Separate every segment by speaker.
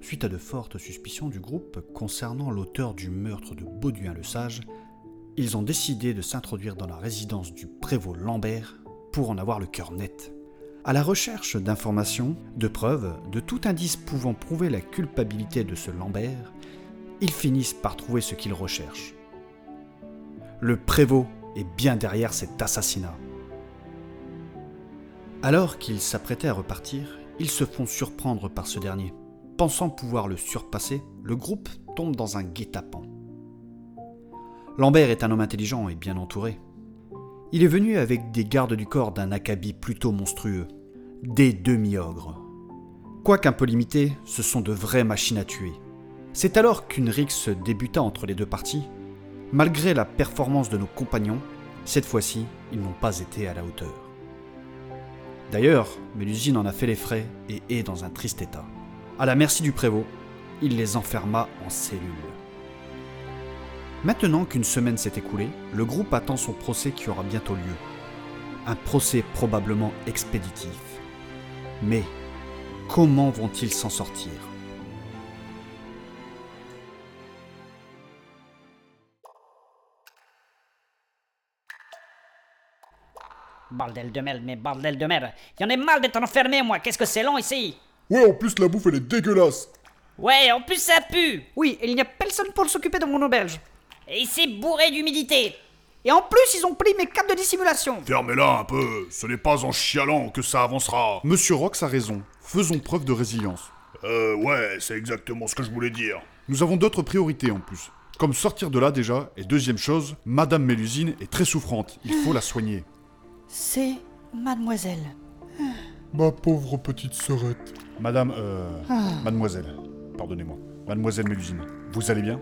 Speaker 1: Suite à de fortes suspicions du groupe concernant l'auteur du meurtre de Bauduin le Sage, ils ont décidé de s'introduire dans la résidence du prévôt Lambert pour en avoir le cœur net. À la recherche d'informations, de preuves, de tout indice pouvant prouver la culpabilité de ce Lambert, ils finissent par trouver ce qu'ils recherchent. Le prévôt est bien derrière cet assassinat. Alors qu'ils s'apprêtaient à repartir, ils se font surprendre par ce dernier. Pensant pouvoir le surpasser, le groupe tombe dans un guet-apens. Lambert est un homme intelligent et bien entouré. Il est venu avec des gardes du corps d'un acabit plutôt monstrueux, des demi-ogres. Quoique un peu limités, ce sont de vraies machines à tuer. C'est alors qu'une rixe débuta entre les deux parties. Malgré la performance de nos compagnons, cette fois-ci, ils n'ont pas été à la hauteur. D'ailleurs, Mélusine en a fait les frais et est dans un triste état. À la merci du prévôt, il les enferma en cellule. Maintenant qu'une semaine s'est écoulée, le groupe attend son procès qui aura bientôt lieu. Un procès probablement expéditif. Mais comment vont-ils s'en sortir
Speaker 2: Bordel de merde, mais bordel de merde. Y'en ai marre d'être enfermé, moi. Qu'est-ce que c'est long ici
Speaker 3: Ouais, en plus, la bouffe, elle est dégueulasse.
Speaker 2: Ouais, en plus ça pue.
Speaker 4: Oui, et il n'y a personne pour s'occuper de mon auberge.
Speaker 2: Et c'est bourré d'humidité.
Speaker 4: Et en plus, ils ont pris mes câbles de dissimulation.
Speaker 3: Fermez-la un peu, ce n'est pas en chialant que ça avancera.
Speaker 5: Monsieur Rox a raison. Faisons preuve de résilience.
Speaker 3: Euh, ouais, c'est exactement ce que je voulais dire.
Speaker 5: Nous avons d'autres priorités en plus. Comme sortir de là déjà, et deuxième chose, Madame Mélusine est très souffrante. Il faut la soigner.
Speaker 6: C'est mademoiselle.
Speaker 3: Ma pauvre petite sœurette.
Speaker 5: Madame, euh, Mademoiselle, pardonnez-moi. Mademoiselle Mélusine, vous allez bien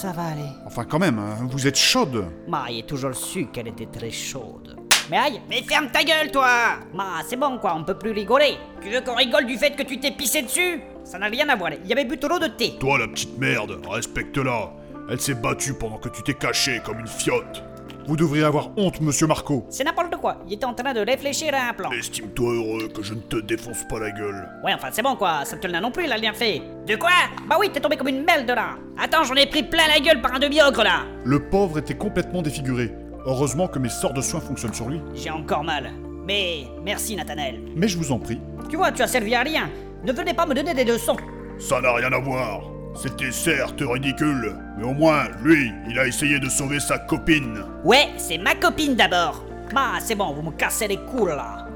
Speaker 6: Ça va aller.
Speaker 5: Enfin, quand même, hein, vous êtes chaude.
Speaker 2: Ma, est toujours su qu'elle était très chaude. Mais aïe Mais ferme ta gueule, toi Ma, c'est bon, quoi, on peut plus rigoler. Tu veux qu'on rigole du fait que tu t'es pissé dessus Ça n'a rien à voir. Il y avait bu trop de thé.
Speaker 3: Toi, la petite merde, respecte-la. Elle s'est battue pendant que tu t'es caché comme une fiotte.
Speaker 5: Vous devriez avoir honte, monsieur Marco.
Speaker 2: C'est n'importe quoi. Il était en train de réfléchir à un plan.
Speaker 3: Estime-toi heureux que je ne te défonce pas la gueule.
Speaker 2: Ouais, enfin, c'est bon, quoi. Ça te l'a non plus, la lien fait. De quoi Bah oui, t'es tombé comme une merde, là. Attends, j'en ai pris plein la gueule par un demi-ogre, là.
Speaker 5: Le pauvre était complètement défiguré. Heureusement que mes sorts de soins fonctionnent sur lui.
Speaker 2: J'ai encore mal. Mais merci, Nathanaël.
Speaker 5: Mais je vous en prie,
Speaker 2: Tu vois, tu as servi à rien. Ne venez pas me donner des leçons.
Speaker 3: Ça n'a rien à voir. C'était certes ridicule, mais au moins, lui, il a essayé de sauver sa copine.
Speaker 2: Ouais, c'est ma copine d'abord. Ma, c'est bon, vous me cassez les couilles, là.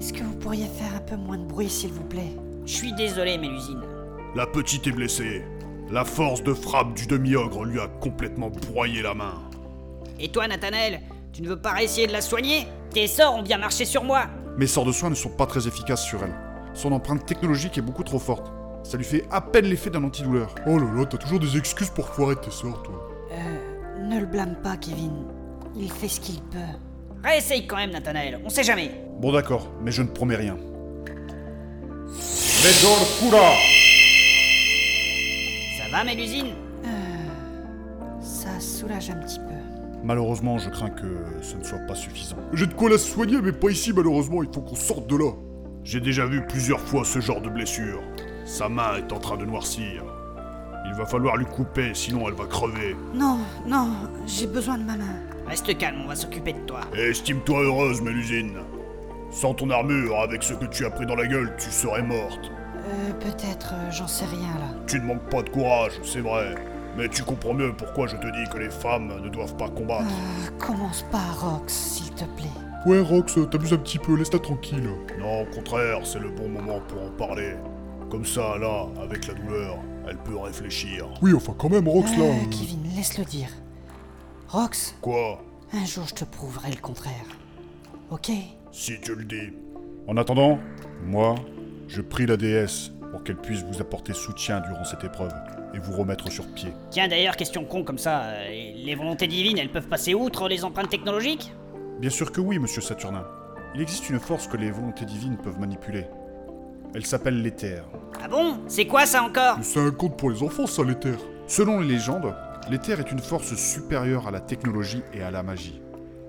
Speaker 6: Est-ce que vous pourriez faire un peu moins de bruit, s'il vous plaît
Speaker 2: Je suis désolé, Mélusine.
Speaker 3: La petite est blessée. La force de frappe du demi-ogre lui a complètement broyé la main.
Speaker 2: Et toi, Nathanaël, tu ne veux pas essayer de la soigner Tes sorts ont bien marché sur moi.
Speaker 5: mes sorts de soins ne sont pas très efficaces sur elle. Son empreinte technologique est beaucoup trop forte. Ça lui fait à peine l'effet d'un antidouleur.
Speaker 3: Oh là là, t'as toujours des excuses pour foirer tes sorts, toi.
Speaker 6: Ne le blâme pas, Kevin. Il fait ce qu'il peut.
Speaker 2: Réessaye quand même, Nathanaël, on sait jamais.
Speaker 5: Bon d'accord, mais je ne promets rien.
Speaker 2: Ça va, Mélusine
Speaker 6: Ça soulage un petit peu.
Speaker 5: Malheureusement, je crains que ce ne soit pas suffisant.
Speaker 3: J'ai de quoi la soigner, mais pas ici, malheureusement, il faut qu'on sorte de là. J'ai déjà vu plusieurs fois ce genre de blessure. Sa main est en train de noircir. Il va falloir lui couper, sinon elle va crever.
Speaker 6: Non, non, j'ai besoin de ma main.
Speaker 2: Reste calme, on va s'occuper de toi.
Speaker 3: Estime-toi heureuse, Mélusine. Sans ton armure, avec ce que tu as pris dans la gueule, tu serais morte.
Speaker 6: Euh, peut-être, euh, j'en sais rien là.
Speaker 3: Tu ne manques pas de courage, c'est vrai. Mais tu comprends mieux pourquoi je te dis que les femmes ne doivent pas combattre.
Speaker 6: Euh, commence pas, Rox, s'il te plaît.
Speaker 3: Ouais, Rox, t'abuses un petit peu, laisse-la tranquille. Non, au contraire, c'est le bon moment pour en parler. Comme ça, là, avec la douleur, elle peut réfléchir.
Speaker 7: Oui, enfin quand même, Rox là.
Speaker 6: Euh, Kevin, laisse-le dire. Rox,
Speaker 3: Quoi
Speaker 6: un jour je te prouverai le contraire. Ok
Speaker 3: Si tu le dis.
Speaker 5: En attendant, moi, je prie la déesse pour qu'elle puisse vous apporter soutien durant cette épreuve et vous remettre sur pied.
Speaker 2: Tiens, d'ailleurs, question con comme ça, euh, les volontés divines, elles peuvent passer outre les empreintes technologiques
Speaker 5: Bien sûr que oui, monsieur Saturnin. Il existe une force que les volontés divines peuvent manipuler. Elle s'appelle l'éther.
Speaker 2: Ah bon C'est quoi ça encore
Speaker 3: euh,
Speaker 7: Mais C'est un conte pour les enfants, ça, les terres.
Speaker 5: Selon les légendes, l'éther est une force supérieure à la technologie et à la magie.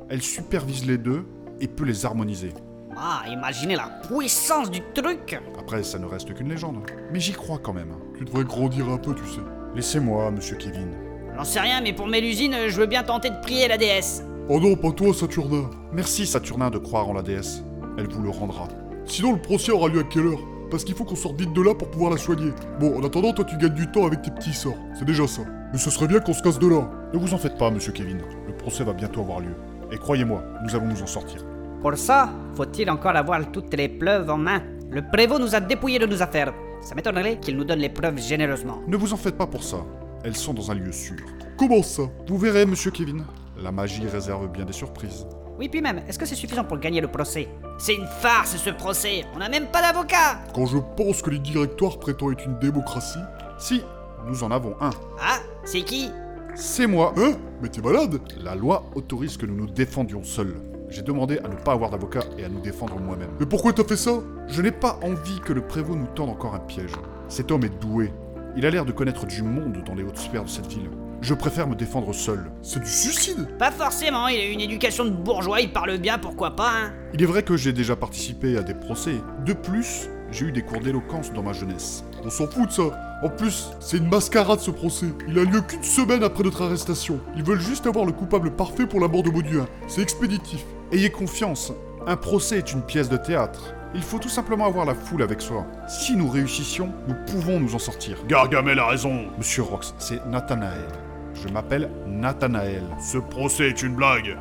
Speaker 5: Elle supervise les deux et peut les harmoniser.
Speaker 2: Ah, imaginez la puissance du truc
Speaker 7: Après, ça ne reste qu'une légende. Mais j'y crois quand même.
Speaker 8: Tu devrais grandir un peu, tu sais.
Speaker 7: Laissez-moi, monsieur Kevin.
Speaker 2: J'en sais rien, mais pour Mélusine, euh, je veux bien tenter de prier la déesse.
Speaker 8: Oh non, pas toi, Saturnin.
Speaker 7: Merci Saturnin de croire en la déesse. Elle vous le rendra.
Speaker 8: Sinon, le procès aura lieu à quelle heure Parce qu'il faut qu'on sorte vite de là pour pouvoir la soigner. Bon, en attendant, toi, tu gagnes du temps avec tes petits sorts. C'est déjà ça. Mais ce serait bien qu'on se casse de là.
Speaker 7: Ne vous en faites pas, monsieur Kevin. Le procès va bientôt avoir lieu. Et croyez-moi, nous allons nous en sortir.
Speaker 2: Pour ça, faut-il encore avoir toutes les preuves en main Le prévôt nous a dépouillés de nos affaires. Ça m'étonnerait qu'il nous donne les preuves généreusement.
Speaker 7: Ne vous en faites pas pour ça. Elles sont dans un lieu sûr.
Speaker 8: Comment ça
Speaker 7: Vous verrez, monsieur Kevin. La magie réserve bien des surprises.
Speaker 2: Oui, puis même, est-ce que c'est suffisant pour gagner le procès C'est une farce ce procès On n'a même pas d'avocat
Speaker 8: Quand je pense que les directoires prétendent être une démocratie.
Speaker 7: Si, nous en avons un.
Speaker 2: Ah, c'est qui
Speaker 7: C'est moi.
Speaker 8: Hein Mais t'es malade
Speaker 7: La loi autorise que nous nous défendions seuls. J'ai demandé à ne pas avoir d'avocat et à nous défendre moi-même.
Speaker 8: Mais pourquoi t'as fait ça
Speaker 7: Je n'ai pas envie que le prévôt nous tende encore un piège. Cet homme est doué. Il a l'air de connaître du monde dans les hautes sphères de cette ville. Je préfère me défendre seul.
Speaker 8: C'est du suicide
Speaker 2: Pas forcément, il a eu une éducation de bourgeois, il parle bien, pourquoi pas, hein
Speaker 7: Il est vrai que j'ai déjà participé à des procès. De plus, j'ai eu des cours d'éloquence dans ma jeunesse.
Speaker 8: On s'en fout de ça. En plus, c'est une mascarade ce procès. Il a lieu qu'une semaine après notre arrestation. Ils veulent juste avoir le coupable parfait pour la mort de Mauduin. C'est expéditif.
Speaker 7: hein. Ayez confiance, un procès est une pièce de théâtre. Il faut tout simplement avoir la foule avec soi. Si nous réussissions, nous pouvons nous en sortir.
Speaker 3: Gargamel a raison.
Speaker 7: Monsieur Rox, c'est Nathanaël. Je m'appelle Nathanaël.
Speaker 3: Ce procès est une blague.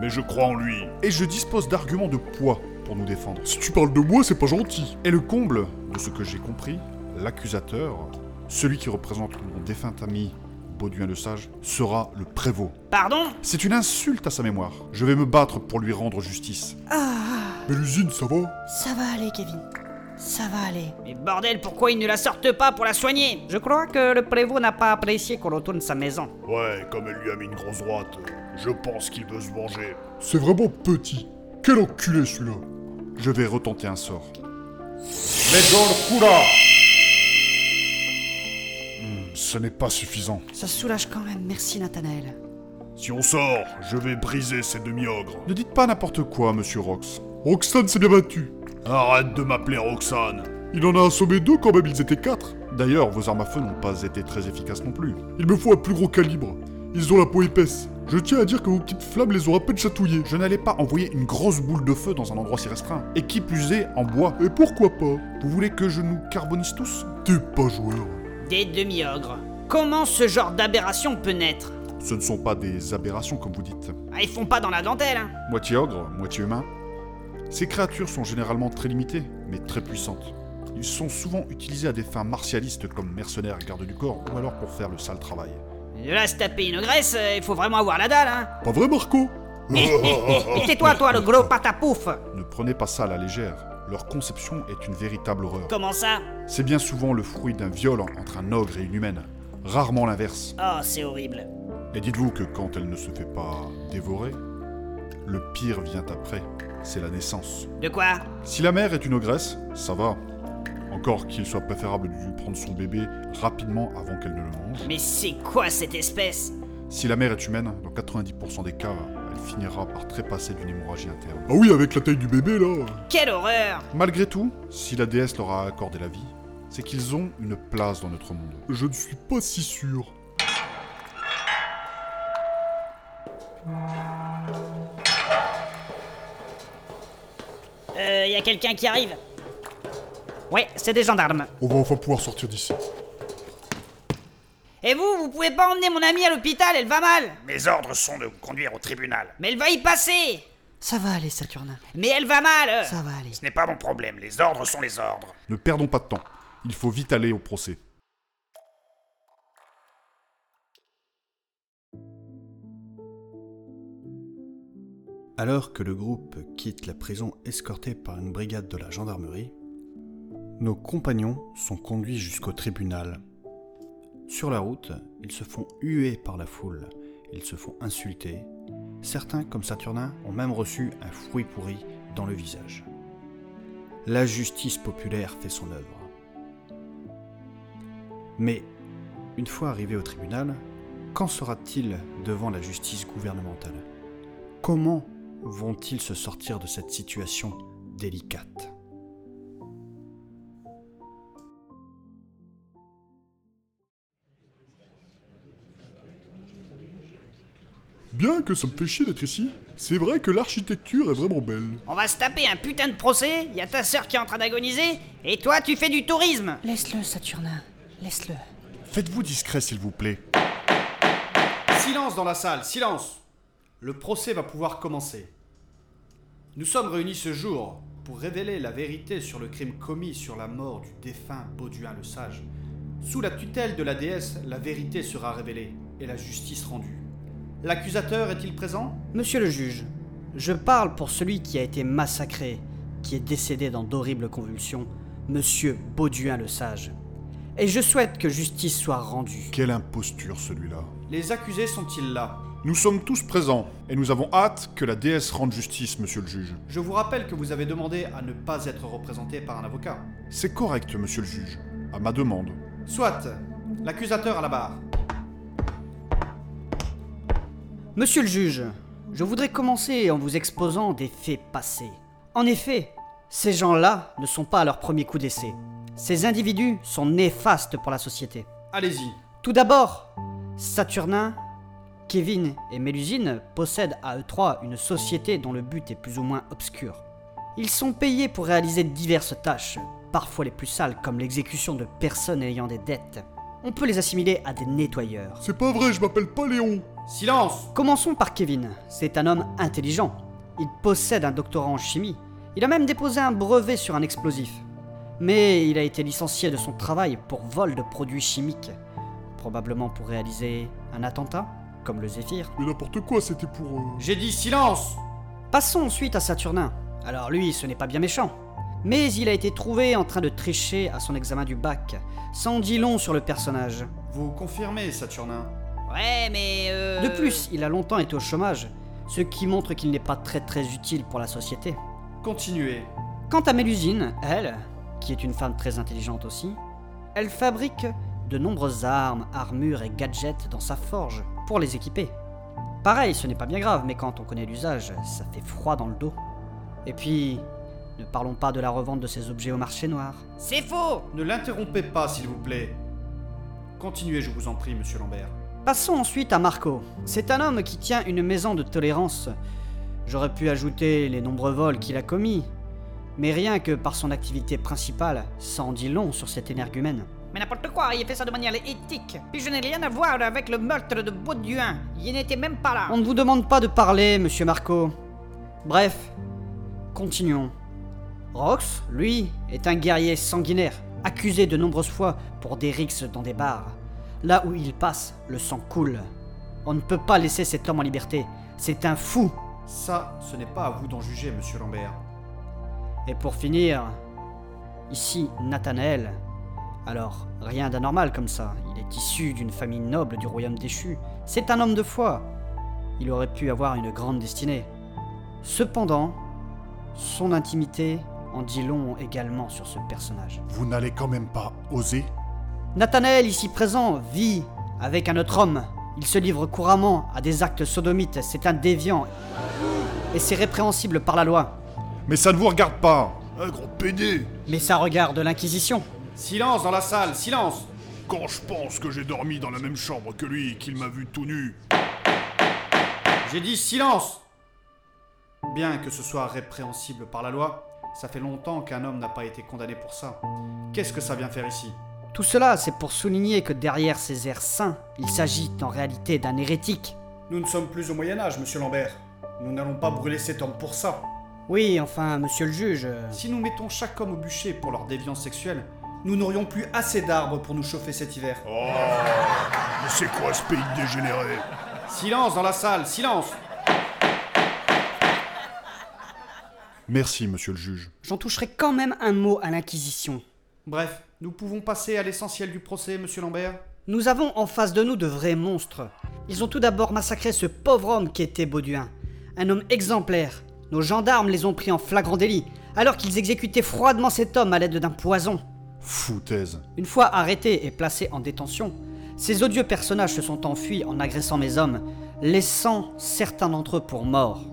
Speaker 3: Mais je crois en lui.
Speaker 7: Et je dispose d'arguments de poids pour nous défendre.
Speaker 8: Si tu parles de moi, c'est pas gentil.
Speaker 7: Et le comble, de ce que j'ai compris, l'accusateur, celui qui représente mon défunt ami, Bauduin le Sage, sera le prévôt.
Speaker 2: Pardon
Speaker 7: C'est une insulte à sa mémoire. Je vais me battre pour lui rendre justice.
Speaker 8: Mais l'usine, ça va
Speaker 6: Ça va aller, Kevin. Ça va aller.
Speaker 2: Mais bordel, pourquoi ils ne la sortent pas pour la soigner
Speaker 9: Je crois que le prévôt n'a pas apprécié qu'on retourne sa maison.
Speaker 3: Ouais, comme elle lui a mis une grosse droite, je pense qu'il veut se venger.
Speaker 8: C'est vraiment petit. Quel enculé celui-là
Speaker 7: Je vais retenter un sort. Hmm, ce n'est pas suffisant.
Speaker 6: Ça soulage quand même. Merci, Nathanaël.
Speaker 3: Si on sort, je vais briser ces demi-ogres.
Speaker 7: Ne dites pas n'importe quoi, monsieur Rox.
Speaker 8: Roxane s'est bien battu.
Speaker 3: Arrête de m'appeler Roxane.
Speaker 8: Il en a assommé deux quand même, ils étaient quatre.
Speaker 7: D'ailleurs, vos armes à feu n'ont pas été très efficaces non plus.
Speaker 8: Il me faut un plus gros calibre. Ils ont la peau épaisse. Je tiens à dire que vos petites flammes les ont à peine chatouillés.
Speaker 7: Je n'allais pas envoyer une grosse boule de feu dans un endroit si restreint. Et qui plus est, en bois.
Speaker 8: Et pourquoi pas
Speaker 7: Vous voulez que je nous carbonise tous
Speaker 8: T'es pas joueur.
Speaker 2: Des demi-ogres. Comment ce genre d'aberration peut naître
Speaker 7: Ce ne sont pas des aberrations, comme vous dites.
Speaker 2: Ah, Ils font pas dans la dentelle, hein
Speaker 7: Moitié ogre, moitié humain. Ces créatures sont généralement très limitées, mais très puissantes. Ils sont souvent utilisés à des fins martialistes comme mercenaires et gardes du corps, ou alors pour faire le sale travail.
Speaker 2: De là se taper une graisse, euh, il faut vraiment avoir la dalle, hein
Speaker 8: Pas vrai, Marco
Speaker 2: Et tais-toi, toi, le gros patapouf
Speaker 7: Ne prenez pas ça à la légère. Leur conception est une véritable horreur.
Speaker 2: Comment ça
Speaker 7: C'est bien souvent le fruit d'un viol entre un ogre et une humaine, rarement l'inverse.
Speaker 2: Oh, c'est horrible.
Speaker 7: Et dites-vous que quand elle ne se fait pas dévorer, le pire vient après, c'est la naissance.
Speaker 2: De quoi
Speaker 7: Si la mère est une ogresse, ça va. Encore qu'il soit préférable de lui prendre son bébé rapidement avant qu'elle ne le mange.
Speaker 2: Mais c'est quoi cette espèce
Speaker 7: Si la mère est humaine, dans 90% des cas, elle finira par trépasser d'une hémorragie interne.
Speaker 8: Ah oui, avec la taille du bébé là.
Speaker 2: Quelle horreur
Speaker 7: Malgré tout, si la déesse leur a accordé la vie, c'est qu'ils ont une place dans notre monde.
Speaker 8: Je ne suis pas si sûr.
Speaker 2: Euh, y a quelqu'un qui arrive
Speaker 9: Ouais, c'est des gendarmes.
Speaker 8: On va enfin pouvoir sortir d'ici.
Speaker 2: Et vous, vous pouvez pas emmener mon amie à l'hôpital, elle va mal
Speaker 10: Mes ordres sont de vous conduire au tribunal.
Speaker 2: Mais elle va y passer
Speaker 6: Ça va aller, Saturnin.
Speaker 2: Mais elle va mal euh.
Speaker 6: Ça va aller.
Speaker 10: Ce n'est pas mon problème, les ordres sont les ordres.
Speaker 7: Ne perdons pas de temps. Il faut vite aller au procès.
Speaker 1: Alors que le groupe quitte la prison escorté par une brigade de la gendarmerie, nos compagnons sont conduits jusqu'au tribunal. Sur la route, ils se font huer par la foule, ils se font insulter. Certains, comme Saturnin, ont même reçu un fruit pourri dans le visage. La justice populaire fait son œuvre. Mais, une fois arrivés au tribunal, qu'en sera-t-il devant la justice gouvernementale Comment vont-ils se sortir de cette situation délicate.
Speaker 7: Bien que ça me fait chier d'être ici, c'est vrai que l'architecture est vraiment belle.
Speaker 11: On va se taper un putain de procès, y a ta sœur qui est en train d'agoniser, et toi tu fais du tourisme
Speaker 6: Laisse-le, Saturnin. Laisse-le.
Speaker 12: Faites-vous discret, s'il vous plaît.
Speaker 1: Silence dans la salle, silence Le procès va pouvoir commencer. Nous sommes réunis ce jour pour révéler la vérité sur le crime commis sur la mort du défunt Bauduin le Sage. Sous la tutelle de la déesse, la vérité sera révélée et la justice rendue. L'accusateur est-il présent
Speaker 2: Monsieur le juge, je parle pour celui qui a été massacré, qui est décédé dans d'horribles convulsions, monsieur Bauduin le Sage. Et je souhaite que justice soit rendue.
Speaker 12: Quelle imposture, celui-là.
Speaker 1: Les accusés sont-ils là
Speaker 12: Nous sommes tous présents, et nous avons hâte que la déesse rende justice, monsieur le juge.
Speaker 1: Je vous rappelle que vous avez demandé à ne pas être représenté par un avocat.
Speaker 12: C'est correct, monsieur le juge. À ma demande.
Speaker 1: Soit, l'accusateur à la barre.
Speaker 2: Monsieur le juge, je voudrais commencer en vous exposant des faits passés. En effet, ces gens-là ne sont pas à leur premier coup d'essai. Ces individus sont néfastes pour la société.
Speaker 1: Allez-y.
Speaker 2: Tout d'abord, Saturnin, Kevin et Mélusine possèdent à eux trois une société dont le but est plus ou moins obscur. Ils sont payés pour réaliser diverses tâches, parfois les plus sales comme l'exécution de personnes ayant des dettes. On peut les assimiler à des nettoyeurs.
Speaker 7: C'est pas vrai, je m'appelle pas Léon.
Speaker 1: Silence
Speaker 2: Commençons par Kevin. C'est un homme intelligent. Il possède un doctorat en chimie. Il a même déposé un brevet sur un explosif. Mais il a été licencié de son travail pour vol de produits chimiques. Probablement pour réaliser un attentat, comme le Zéphyr.
Speaker 7: Mais n'importe quoi, c'était pour... euh,
Speaker 1: J'ai dit silence
Speaker 2: Passons ensuite à Saturnin. Alors lui, ce n'est pas bien méchant. Mais il a été trouvé en train de tricher à son examen du bac. Sans dit long sur le personnage.
Speaker 1: Vous confirmez, Saturnin
Speaker 11: Ouais, mais euh...
Speaker 2: De plus, il a longtemps été au chômage, ce qui montre qu'il n'est pas très très utile pour la société.
Speaker 1: Continuez.
Speaker 2: Quant à Mélusine, elle, qui est une femme très intelligente aussi, elle fabrique de nombreuses armes, armures et gadgets dans sa forge pour les équiper. Pareil, ce n'est pas bien grave, mais quand on connaît l'usage, ça fait froid dans le dos. Et puis, ne parlons pas de la revente de ces objets au marché noir.
Speaker 11: C'est faux
Speaker 1: Ne l'interrompez pas, s'il vous plaît. Continuez, je vous en prie, monsieur Lambert.
Speaker 2: Passons ensuite à Marco. C'est un homme qui tient une maison de tolérance. J'aurais pu ajouter les nombreux vols qu'il a commis, mais rien que par son activité principale, ça en dit long sur cet énergumène.
Speaker 11: Mais n'importe quoi, il fait ça de manière éthique. Puis je n'ai rien à voir avec le meurtre de Bauduin. Il n'était même pas là.
Speaker 2: On ne vous demande pas de parler, monsieur Marco. Bref, continuons. Rox, lui, est un guerrier sanguinaire, accusé de nombreuses fois pour des rixes dans des bars. Là où il passe, le sang coule. On ne peut pas laisser cet homme en liberté. C'est un fou.
Speaker 1: Ça, ce n'est pas à vous d'en juger, monsieur Lambert.
Speaker 2: Et pour finir, ici Nathanaël. Alors, rien d'anormal comme ça. Il est issu d'une famille noble du royaume déchu. C'est un homme de foi. Il aurait pu avoir une grande destinée. Cependant, son intimité en dit long également sur ce personnage.
Speaker 12: Vous n'allez quand même pas oser
Speaker 2: Nathanaël, ici présent, vit avec un autre homme. Il se livre couramment à des actes sodomites. C'est un déviant. Et c'est répréhensible par la loi.
Speaker 12: Mais ça ne vous regarde pas
Speaker 3: Un gros PD
Speaker 2: Mais ça regarde l'Inquisition.
Speaker 1: Silence dans la salle, silence
Speaker 3: Quand je pense que j'ai dormi dans la même chambre que lui et qu'il m'a vu tout nu,
Speaker 1: J'ai dit silence Bien que ce soit répréhensible par la loi, ça fait longtemps qu'un homme n'a pas été condamné pour ça. Qu'est-ce que ça vient faire ici
Speaker 2: Tout cela, c'est pour souligner que derrière ces airs saints, il s'agit en réalité d'un hérétique.
Speaker 1: Nous ne sommes plus au Moyen Âge, monsieur Lambert. Nous n'allons pas brûler cet homme pour ça.
Speaker 2: Oui, enfin, monsieur le juge. euh,
Speaker 1: Si nous mettons chaque homme au bûcher pour leur déviance sexuelle, nous n'aurions plus assez d'arbres pour nous chauffer cet hiver.
Speaker 3: mais c'est quoi ce pays de dégénéré
Speaker 1: Silence dans la salle, silence
Speaker 12: Merci, monsieur le juge.
Speaker 2: J'en toucherai quand même un mot à l'Inquisition.
Speaker 1: Bref, nous pouvons passer à l'essentiel du procès, monsieur Lambert
Speaker 2: Nous avons en face de nous de vrais monstres. Ils ont tout d'abord massacré ce pauvre homme qui était Bauduin. Un homme exemplaire. Nos gendarmes les ont pris en flagrant délit, alors qu'ils exécutaient froidement cet homme à l'aide d'un poison.
Speaker 12: Foutaise.
Speaker 2: Une fois arrêtés et placés en détention, ces odieux personnages se sont enfuis en agressant mes hommes, laissant certains d'entre eux pour morts.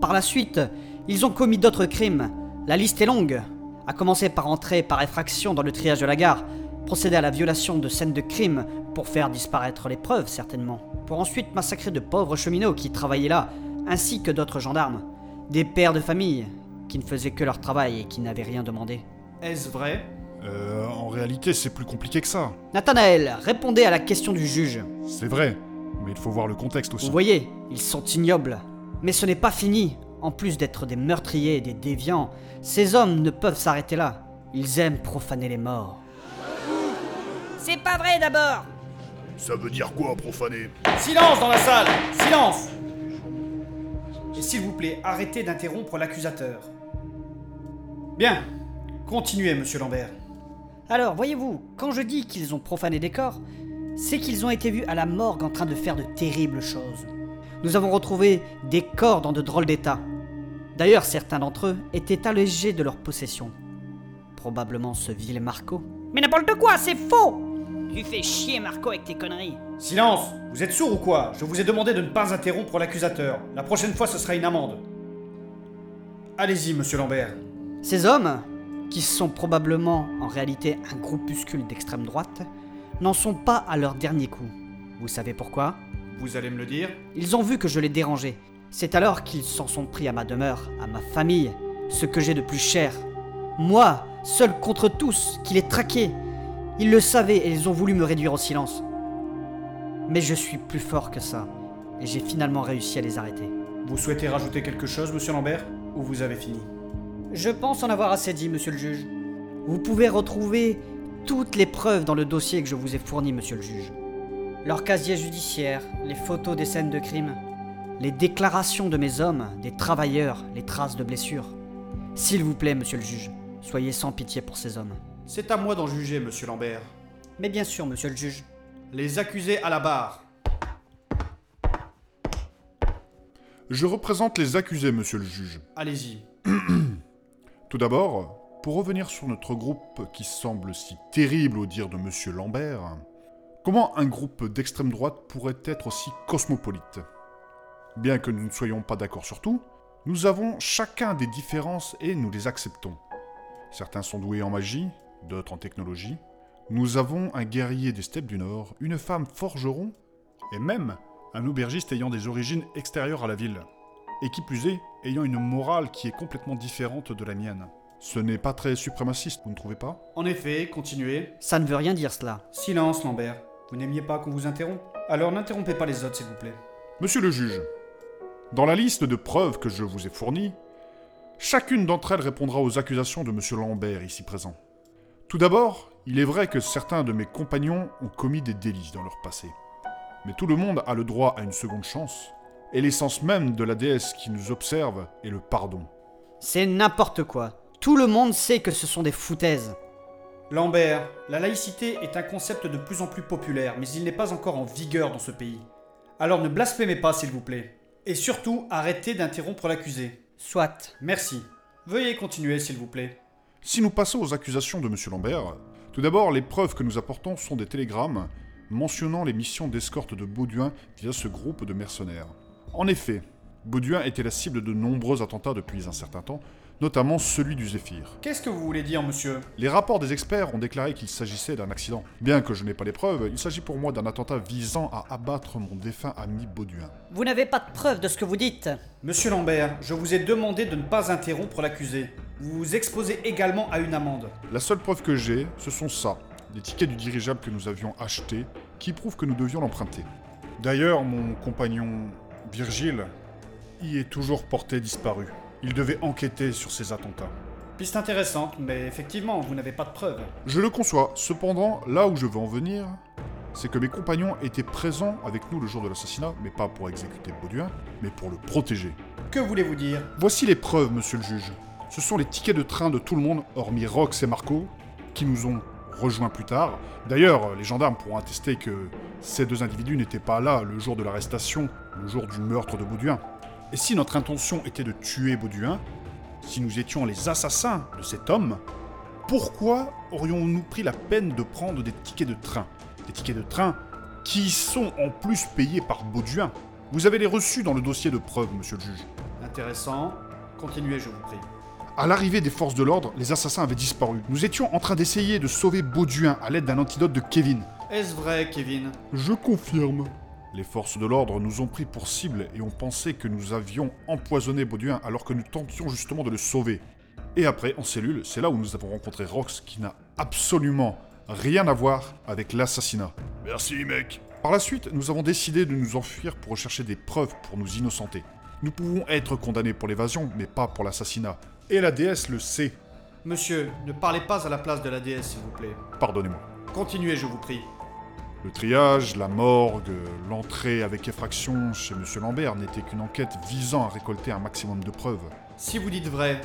Speaker 2: Par la suite, ils ont commis d'autres crimes, La liste est longue. À commencer par entrer par effraction dans le triage de la gare, procéder à la violation de scènes de crime pour faire disparaître les preuves, certainement. Pour ensuite massacrer de pauvres cheminots qui travaillaient là, ainsi que d'autres gendarmes. Des pères de famille qui ne faisaient que leur travail et qui n'avaient rien demandé.
Speaker 1: Est-ce vrai
Speaker 12: Euh, en réalité, c'est plus compliqué que ça.
Speaker 2: Nathanaël, répondez à la question du juge.
Speaker 12: C'est vrai, mais il faut voir le contexte aussi.
Speaker 2: Vous voyez, ils sont ignobles. Mais ce n'est pas fini. En plus d'être des meurtriers et des déviants, ces hommes ne peuvent s'arrêter là. Ils aiment profaner les morts.
Speaker 11: C'est pas vrai d'abord
Speaker 3: Ça veut dire quoi, profaner
Speaker 1: Silence dans la salle Silence Et s'il vous plaît, arrêtez d'interrompre l'accusateur. Bien, continuez, monsieur Lambert.
Speaker 2: Alors, voyez-vous, quand je dis qu'ils ont profané des corps, c'est qu'ils ont été vus à la morgue en train de faire de terribles choses. Nous avons retrouvé des corps dans de drôles d'état. D'ailleurs, certains d'entre eux étaient allégés de leur possession. Probablement ce vil Marco.
Speaker 11: Mais n'importe quoi, c'est faux Tu fais chier Marco avec tes conneries.
Speaker 1: Silence Vous êtes sourd ou quoi Je vous ai demandé de ne pas interrompre l'accusateur. La prochaine fois, ce sera une amende. Allez-y, monsieur Lambert.
Speaker 2: Ces hommes, qui sont probablement en réalité un groupuscule d'extrême droite, n'en sont pas à leur dernier coup. Vous savez pourquoi
Speaker 1: Vous allez me le dire
Speaker 2: Ils ont vu que je les dérangeais. C'est alors qu'ils s'en sont pris à ma demeure, à ma famille, ce que j'ai de plus cher. Moi, seul contre tous, qui les traquais. Ils le savaient et ils ont voulu me réduire au silence. Mais je suis plus fort que ça, et j'ai finalement réussi à les arrêter.
Speaker 1: Vous souhaitez rajouter quelque chose, monsieur Lambert Ou vous avez fini
Speaker 2: Je pense en avoir assez dit, monsieur le juge. Vous pouvez retrouver toutes les preuves dans le dossier que je vous ai fourni, monsieur le juge. Leur casier judiciaire, les photos des scènes de crime, les déclarations de mes hommes, des travailleurs, les traces de blessures. S'il vous plaît, monsieur le juge, soyez sans pitié pour ces hommes.
Speaker 1: C'est à moi d'en juger, monsieur Lambert.
Speaker 2: Mais bien sûr, monsieur le juge.
Speaker 1: Les accusés à la barre.
Speaker 12: Je représente les accusés, monsieur le juge.
Speaker 1: Allez-y.
Speaker 12: Tout d'abord, pour revenir sur notre groupe qui semble si terrible au dire de monsieur Lambert, comment un groupe d'extrême droite pourrait être aussi cosmopolite Bien que nous ne soyons pas d'accord sur tout, nous avons chacun des différences et nous les acceptons. Certains sont doués en magie, d'autres en technologie. Nous avons un guerrier des steppes du Nord, une femme forgeron, et même un aubergiste ayant des origines extérieures à la ville et qui plus est, ayant une morale qui est complètement différente de la mienne. Ce n'est pas très suprémaciste, vous ne trouvez pas
Speaker 1: En effet, continuez.
Speaker 2: Ça ne veut rien dire cela.
Speaker 1: Silence, Lambert. Vous n'aimiez pas qu'on vous interrompe Alors n'interrompez pas les autres, s'il vous plaît.
Speaker 12: Monsieur le juge, dans la liste de preuves que je vous ai fournie, chacune d'entre elles répondra aux accusations de Monsieur Lambert ici présent. Tout d'abord, il est vrai que certains de mes compagnons ont commis des délits dans leur passé. Mais tout le monde a le droit à une seconde chance, et l'essence même de la déesse qui nous observe est le pardon.
Speaker 2: C'est n'importe quoi. Tout le monde sait que ce sont des foutaises.
Speaker 1: Lambert, la laïcité est un concept de plus en plus populaire, mais il n'est pas encore en vigueur dans ce pays. Alors ne blasphémez pas, s'il vous plaît. Et surtout, arrêtez d'interrompre l'accusé.
Speaker 2: Soit.
Speaker 1: Merci. Veuillez continuer, s'il vous plaît.
Speaker 12: Si nous passons aux accusations de M. Lambert, tout d'abord, les preuves que nous apportons sont des télégrammes mentionnant les missions d'escorte de Bauduin via ce groupe de mercenaires. En effet, Bauduin était la cible de nombreux attentats depuis un certain temps, notamment celui du Zéphyr.
Speaker 1: Qu'est-ce que vous voulez dire, monsieur
Speaker 12: Les rapports des experts ont déclaré qu'il s'agissait d'un accident. Bien que je n'ai pas les preuves, il s'agit pour moi d'un attentat visant à abattre mon défunt ami Bauduin.
Speaker 2: Vous n'avez pas de preuve de ce que vous dites.
Speaker 1: Monsieur Lambert, je vous ai demandé de ne pas interrompre l'accusé. Vous vous exposez également à une amende.
Speaker 12: La seule preuve que j'ai, ce sont ça, des tickets du dirigeable que nous avions achetés, qui prouvent que nous devions l'emprunter. D'ailleurs, mon compagnon Virgile y est toujours porté disparu. Il devait enquêter sur ces attentats.
Speaker 1: Piste intéressante, mais effectivement, vous n'avez pas de preuves.
Speaker 12: Je le conçois, cependant, là où je veux en venir, c'est que mes compagnons étaient présents avec nous le jour de l'assassinat, mais pas pour exécuter Bauduin, mais pour le protéger.
Speaker 1: Que voulez-vous dire
Speaker 12: Voici les preuves, monsieur le juge. Ce sont les tickets de train de tout le monde, hormis Rox et Marco, qui nous ont rejoints plus tard. D'ailleurs, les gendarmes pourront attester que ces deux individus n'étaient pas là le jour de l'arrestation, le jour du meurtre de Bauduin. Et si notre intention était de tuer Bauduin, si nous étions les assassins de cet homme, pourquoi aurions-nous pris la peine de prendre des tickets de train Des tickets de train qui sont en plus payés par Bauduin. Vous avez les reçus dans le dossier de preuve, monsieur le juge.
Speaker 1: Intéressant. Continuez, je vous prie.
Speaker 12: À l'arrivée des forces de l'ordre, les assassins avaient disparu. Nous étions en train d'essayer de sauver Bauduin à l'aide d'un antidote de Kevin.
Speaker 1: Est-ce vrai, Kevin
Speaker 7: Je confirme.
Speaker 12: Les forces de l'ordre nous ont pris pour cible et ont pensé que nous avions empoisonné Bauduin alors que nous tentions justement de le sauver. Et après, en cellule, c'est là où nous avons rencontré Rox qui n'a absolument rien à voir avec l'assassinat.
Speaker 3: Merci, mec.
Speaker 12: Par la suite, nous avons décidé de nous enfuir pour rechercher des preuves pour nous innocenter. Nous pouvons être condamnés pour l'évasion, mais pas pour l'assassinat. Et la déesse le sait.
Speaker 1: Monsieur, ne parlez pas à la place de la déesse, s'il vous plaît.
Speaker 12: Pardonnez-moi.
Speaker 1: Continuez, je vous prie.
Speaker 12: Le triage, la morgue, l'entrée avec effraction chez Monsieur Lambert n'était qu'une enquête visant à récolter un maximum de preuves.
Speaker 1: Si vous dites vrai,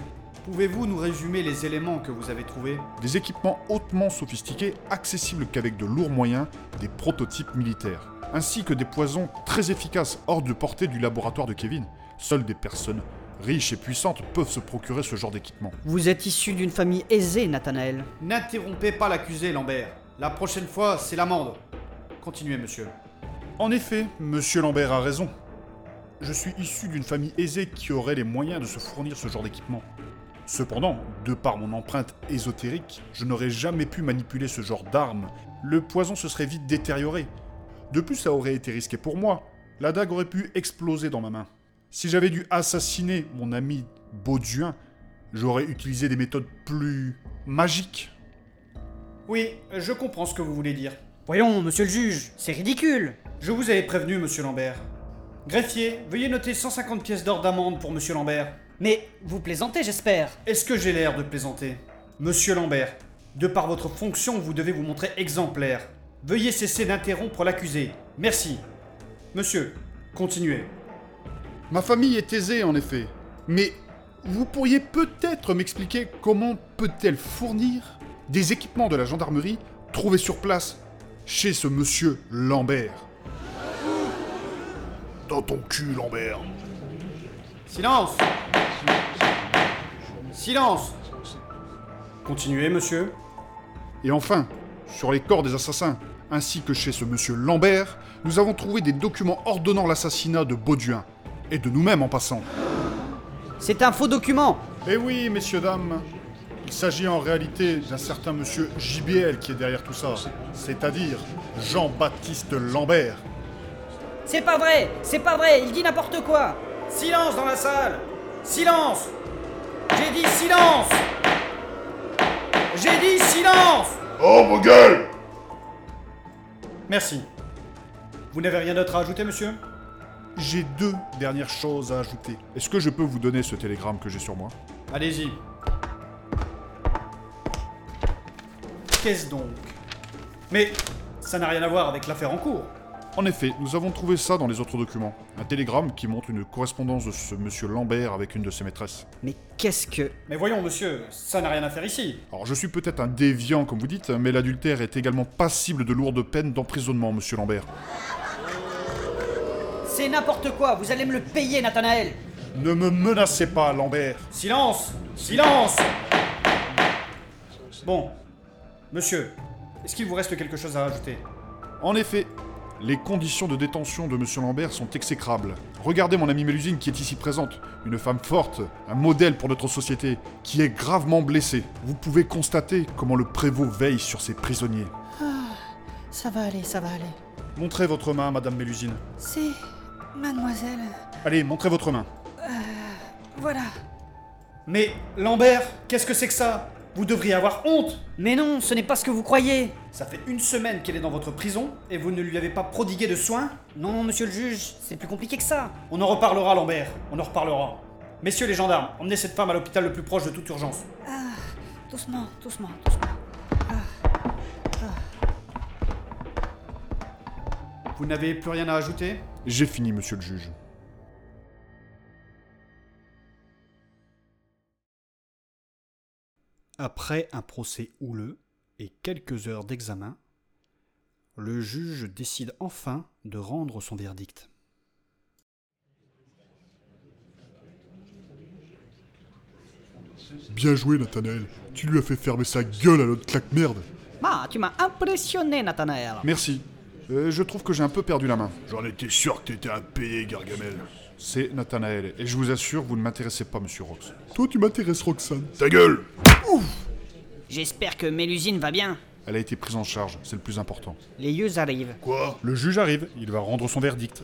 Speaker 1: pouvez-vous nous résumer les éléments que vous avez trouvés
Speaker 12: Des équipements hautement sophistiqués, accessibles qu'avec de lourds moyens, des prototypes militaires, ainsi que des poisons très efficaces hors de portée du laboratoire de Kevin. Seules des personnes riches et puissantes peuvent se procurer ce genre d'équipement.
Speaker 2: Vous êtes issu d'une famille aisée, Nathanaël.
Speaker 1: N'interrompez pas l'accusé, Lambert. La prochaine fois, c'est l'amende. Continuez, monsieur.
Speaker 12: En effet, Monsieur Lambert a raison. Je suis issu d'une famille aisée qui aurait les moyens de se fournir ce genre d'équipement. Cependant, de par mon empreinte ésotérique, je n'aurais jamais pu manipuler ce genre d'arme. Le poison se serait vite détérioré. De plus, ça aurait été risqué pour moi. La dague aurait pu exploser dans ma main. Si j'avais dû assassiner mon ami Bauduin, j'aurais utilisé des méthodes plus magiques.
Speaker 1: Oui, je comprends ce que vous voulez dire.
Speaker 2: Voyons, monsieur le juge, c'est ridicule.
Speaker 1: Je vous avais prévenu, monsieur Lambert. Greffier, veuillez noter 150 pièces d'or d'amende pour monsieur Lambert.
Speaker 2: Mais vous plaisantez, j'espère.
Speaker 1: Est-ce que j'ai l'air de plaisanter Monsieur Lambert, de par votre fonction, vous devez vous montrer exemplaire. Veuillez cesser d'interrompre l'accusé. Merci. Monsieur, continuez.
Speaker 12: Ma famille est aisée, en effet. Mais vous pourriez peut-être m'expliquer comment peut-elle fournir des équipements de la gendarmerie trouvés sur place chez ce monsieur Lambert
Speaker 3: Dans ton cul, Lambert.
Speaker 1: Silence Silence Continuez, monsieur.
Speaker 12: Et enfin, sur les corps des assassins, ainsi que chez ce monsieur Lambert, nous avons trouvé des documents ordonnant l'assassinat de Bauduin, et de nous-mêmes en passant.
Speaker 2: C'est un faux document.
Speaker 12: Eh oui, messieurs, dames, il s'agit en réalité d'un certain monsieur JBL qui est derrière tout ça, c'est-à-dire Jean-Baptiste Lambert.
Speaker 11: C'est pas vrai C'est pas vrai Il dit n'importe quoi
Speaker 1: Silence dans la salle Silence J'ai dit silence J'ai dit silence
Speaker 3: Oh, ma gueule
Speaker 1: Merci. Vous n'avez rien d'autre à ajouter, monsieur
Speaker 12: J'ai deux dernières choses à ajouter. Est-ce que je peux vous donner ce télégramme que j'ai sur moi
Speaker 1: Allez-y. Qu'est-ce donc Mais ça n'a rien à voir avec l'affaire en cours.
Speaker 12: En effet, nous avons trouvé ça dans les autres documents. Un télégramme qui montre une correspondance de ce monsieur Lambert avec une de ses maîtresses.
Speaker 2: Mais qu'est-ce que...
Speaker 1: Mais voyons, monsieur, ça n'a rien à faire ici.
Speaker 12: Alors je suis peut-être un déviant comme vous dites, hein, mais l'adultère est également passible de lourdes peines d'emprisonnement, monsieur Lambert.
Speaker 11: C'est n'importe quoi Vous allez me le payer, Nathanaël
Speaker 12: Ne me menacez pas, Lambert.
Speaker 1: Silence Silence Bon, monsieur, est-ce qu'il vous reste quelque chose à ajouter
Speaker 12: En effet, les conditions de détention de Monsieur Lambert sont exécrables. Regardez mon amie Mélusine qui est ici présente, une femme forte, un modèle pour notre société, qui est gravement blessée. Vous pouvez constater comment le prévôt veille sur ses prisonniers.
Speaker 6: Ça va aller, ça va aller.
Speaker 12: Montrez votre main, Madame Mélusine.
Speaker 6: C'est. Mademoiselle. Euh,
Speaker 12: Allez, montrez votre main.
Speaker 6: Voilà.
Speaker 1: Mais, Lambert, qu'est-ce que c'est que ça Vous devriez avoir honte
Speaker 2: Mais non, ce n'est pas ce que vous croyez.
Speaker 1: Ça fait une semaine qu'elle est dans votre prison et vous ne lui avez pas prodigué de soins
Speaker 2: Non, monsieur le juge, c'est plus compliqué que ça.
Speaker 1: On en reparlera, Lambert, on en reparlera. Messieurs les gendarmes, emmenez cette femme à l'hôpital le plus proche de toute urgence.
Speaker 6: Ah, doucement, doucement, doucement.
Speaker 1: Vous n'avez plus rien à ajouter
Speaker 12: J'ai fini, Monsieur le juge.
Speaker 1: Après un procès houleux et quelques heures d'examen, le juge décide enfin de rendre son verdict.
Speaker 7: Bien joué, Nathanaël. Tu lui as fait fermer sa gueule à notre claque-merde.
Speaker 2: Ah, tu m'as impressionné, Nathanaël.
Speaker 12: Merci. Euh, je trouve que j'ai un peu perdu la main.
Speaker 3: J'en étais sûr que t'étais un payé, Gargamel.
Speaker 12: c'est Nathanaël. Et je vous assure, vous ne m'intéressez pas, monsieur Rox.
Speaker 7: Toi, tu m'intéresses, Roxane.
Speaker 3: Ta gueule
Speaker 2: J'espère que Mélusine va bien.
Speaker 12: Elle a été prise en charge, c'est le plus important.
Speaker 2: Les yeux arrivent.
Speaker 3: Quoi
Speaker 12: Le juge arrive, il va rendre son verdict.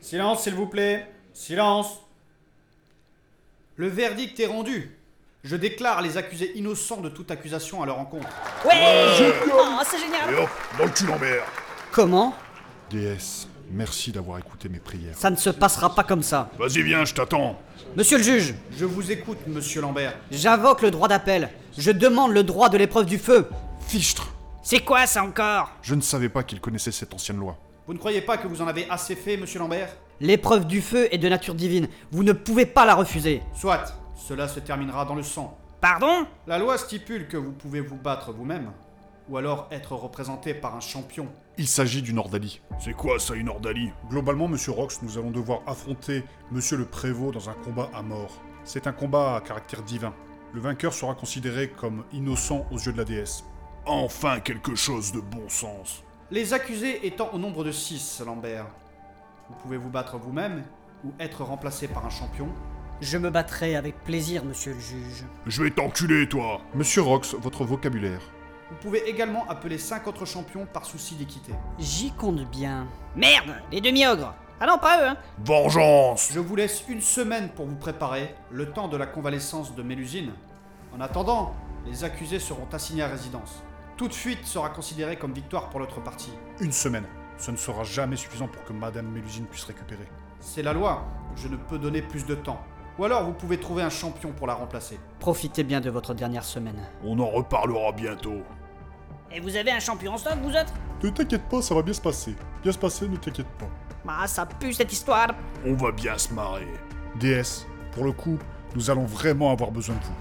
Speaker 1: Silence, s'il vous plaît. Silence. Le verdict est rendu. Je déclare les accusés innocents de toute accusation à leur encontre.
Speaker 11: Ouais Oh, c'est génial
Speaker 3: Et hop, dans le cul Lambert
Speaker 2: Comment
Speaker 12: DS, merci d'avoir écouté mes prières.
Speaker 2: Ça ne se passera pas comme ça.
Speaker 3: Vas-y viens, je t'attends
Speaker 2: Monsieur le juge,
Speaker 1: Je vous écoute, monsieur Lambert.
Speaker 2: j'invoque le droit d'appel. Je demande le droit de l'épreuve du feu.
Speaker 12: Fichtre
Speaker 11: C'est quoi ça encore
Speaker 12: Je ne savais pas qu'il connaissait cette ancienne loi.
Speaker 1: Vous ne croyez pas que vous en avez assez fait, monsieur Lambert
Speaker 2: L'épreuve du feu est de nature divine. Vous ne pouvez pas la refuser.
Speaker 1: Soit, cela se terminera dans le sang.
Speaker 11: Pardon
Speaker 1: La loi stipule que vous pouvez vous battre vous-même, ou alors être représenté par un champion.
Speaker 12: Il s'agit d'une ordalie.
Speaker 3: C'est quoi ça, une ordalie
Speaker 12: Globalement, monsieur Rox, nous allons devoir affronter monsieur le prévôt dans un combat à mort. C'est un combat à caractère divin. Le vainqueur sera considéré comme innocent aux yeux de la déesse.
Speaker 3: Enfin quelque chose de bon sens
Speaker 1: Les accusés étant au nombre de 6, Lambert. Vous pouvez vous battre vous-même, ou être remplacé par un champion.
Speaker 2: Je me battrai avec plaisir, monsieur le juge.
Speaker 3: Je vais t'enculer, toi
Speaker 12: Monsieur Rox, votre vocabulaire.
Speaker 1: Vous pouvez également appeler 5 autres champions par souci d'équité.
Speaker 2: J'y compte bien.
Speaker 11: Merde Les demi-ogres Ah non, pas eux, hein
Speaker 3: Vengeance
Speaker 1: Je vous laisse une semaine pour vous préparer, le temps de la convalescence de Mélusine. En attendant, les accusés seront assignés à résidence. Toute fuite sera considérée comme victoire pour l'autre partie.
Speaker 12: Une semaine. Ce ne sera jamais suffisant pour que Madame Mélusine puisse récupérer.
Speaker 1: C'est la loi, je ne peux donner plus de temps. Ou alors vous pouvez trouver un champion pour la remplacer.
Speaker 2: Profitez bien de votre dernière semaine.
Speaker 3: On en reparlera bientôt.
Speaker 11: Et vous avez un champion en stock, vous autres
Speaker 7: Ne t'inquiète pas, ça va bien se passer. Bien se passer, ne t'inquiète pas.
Speaker 11: Bah, ça pue cette histoire
Speaker 3: On va bien se marrer.
Speaker 12: DS, pour le coup, nous allons vraiment avoir besoin de vous.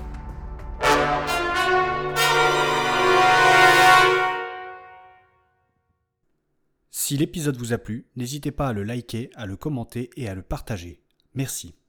Speaker 13: Si l'épisode vous a plu, n'hésitez pas à le liker, à le commenter et à le partager. Merci.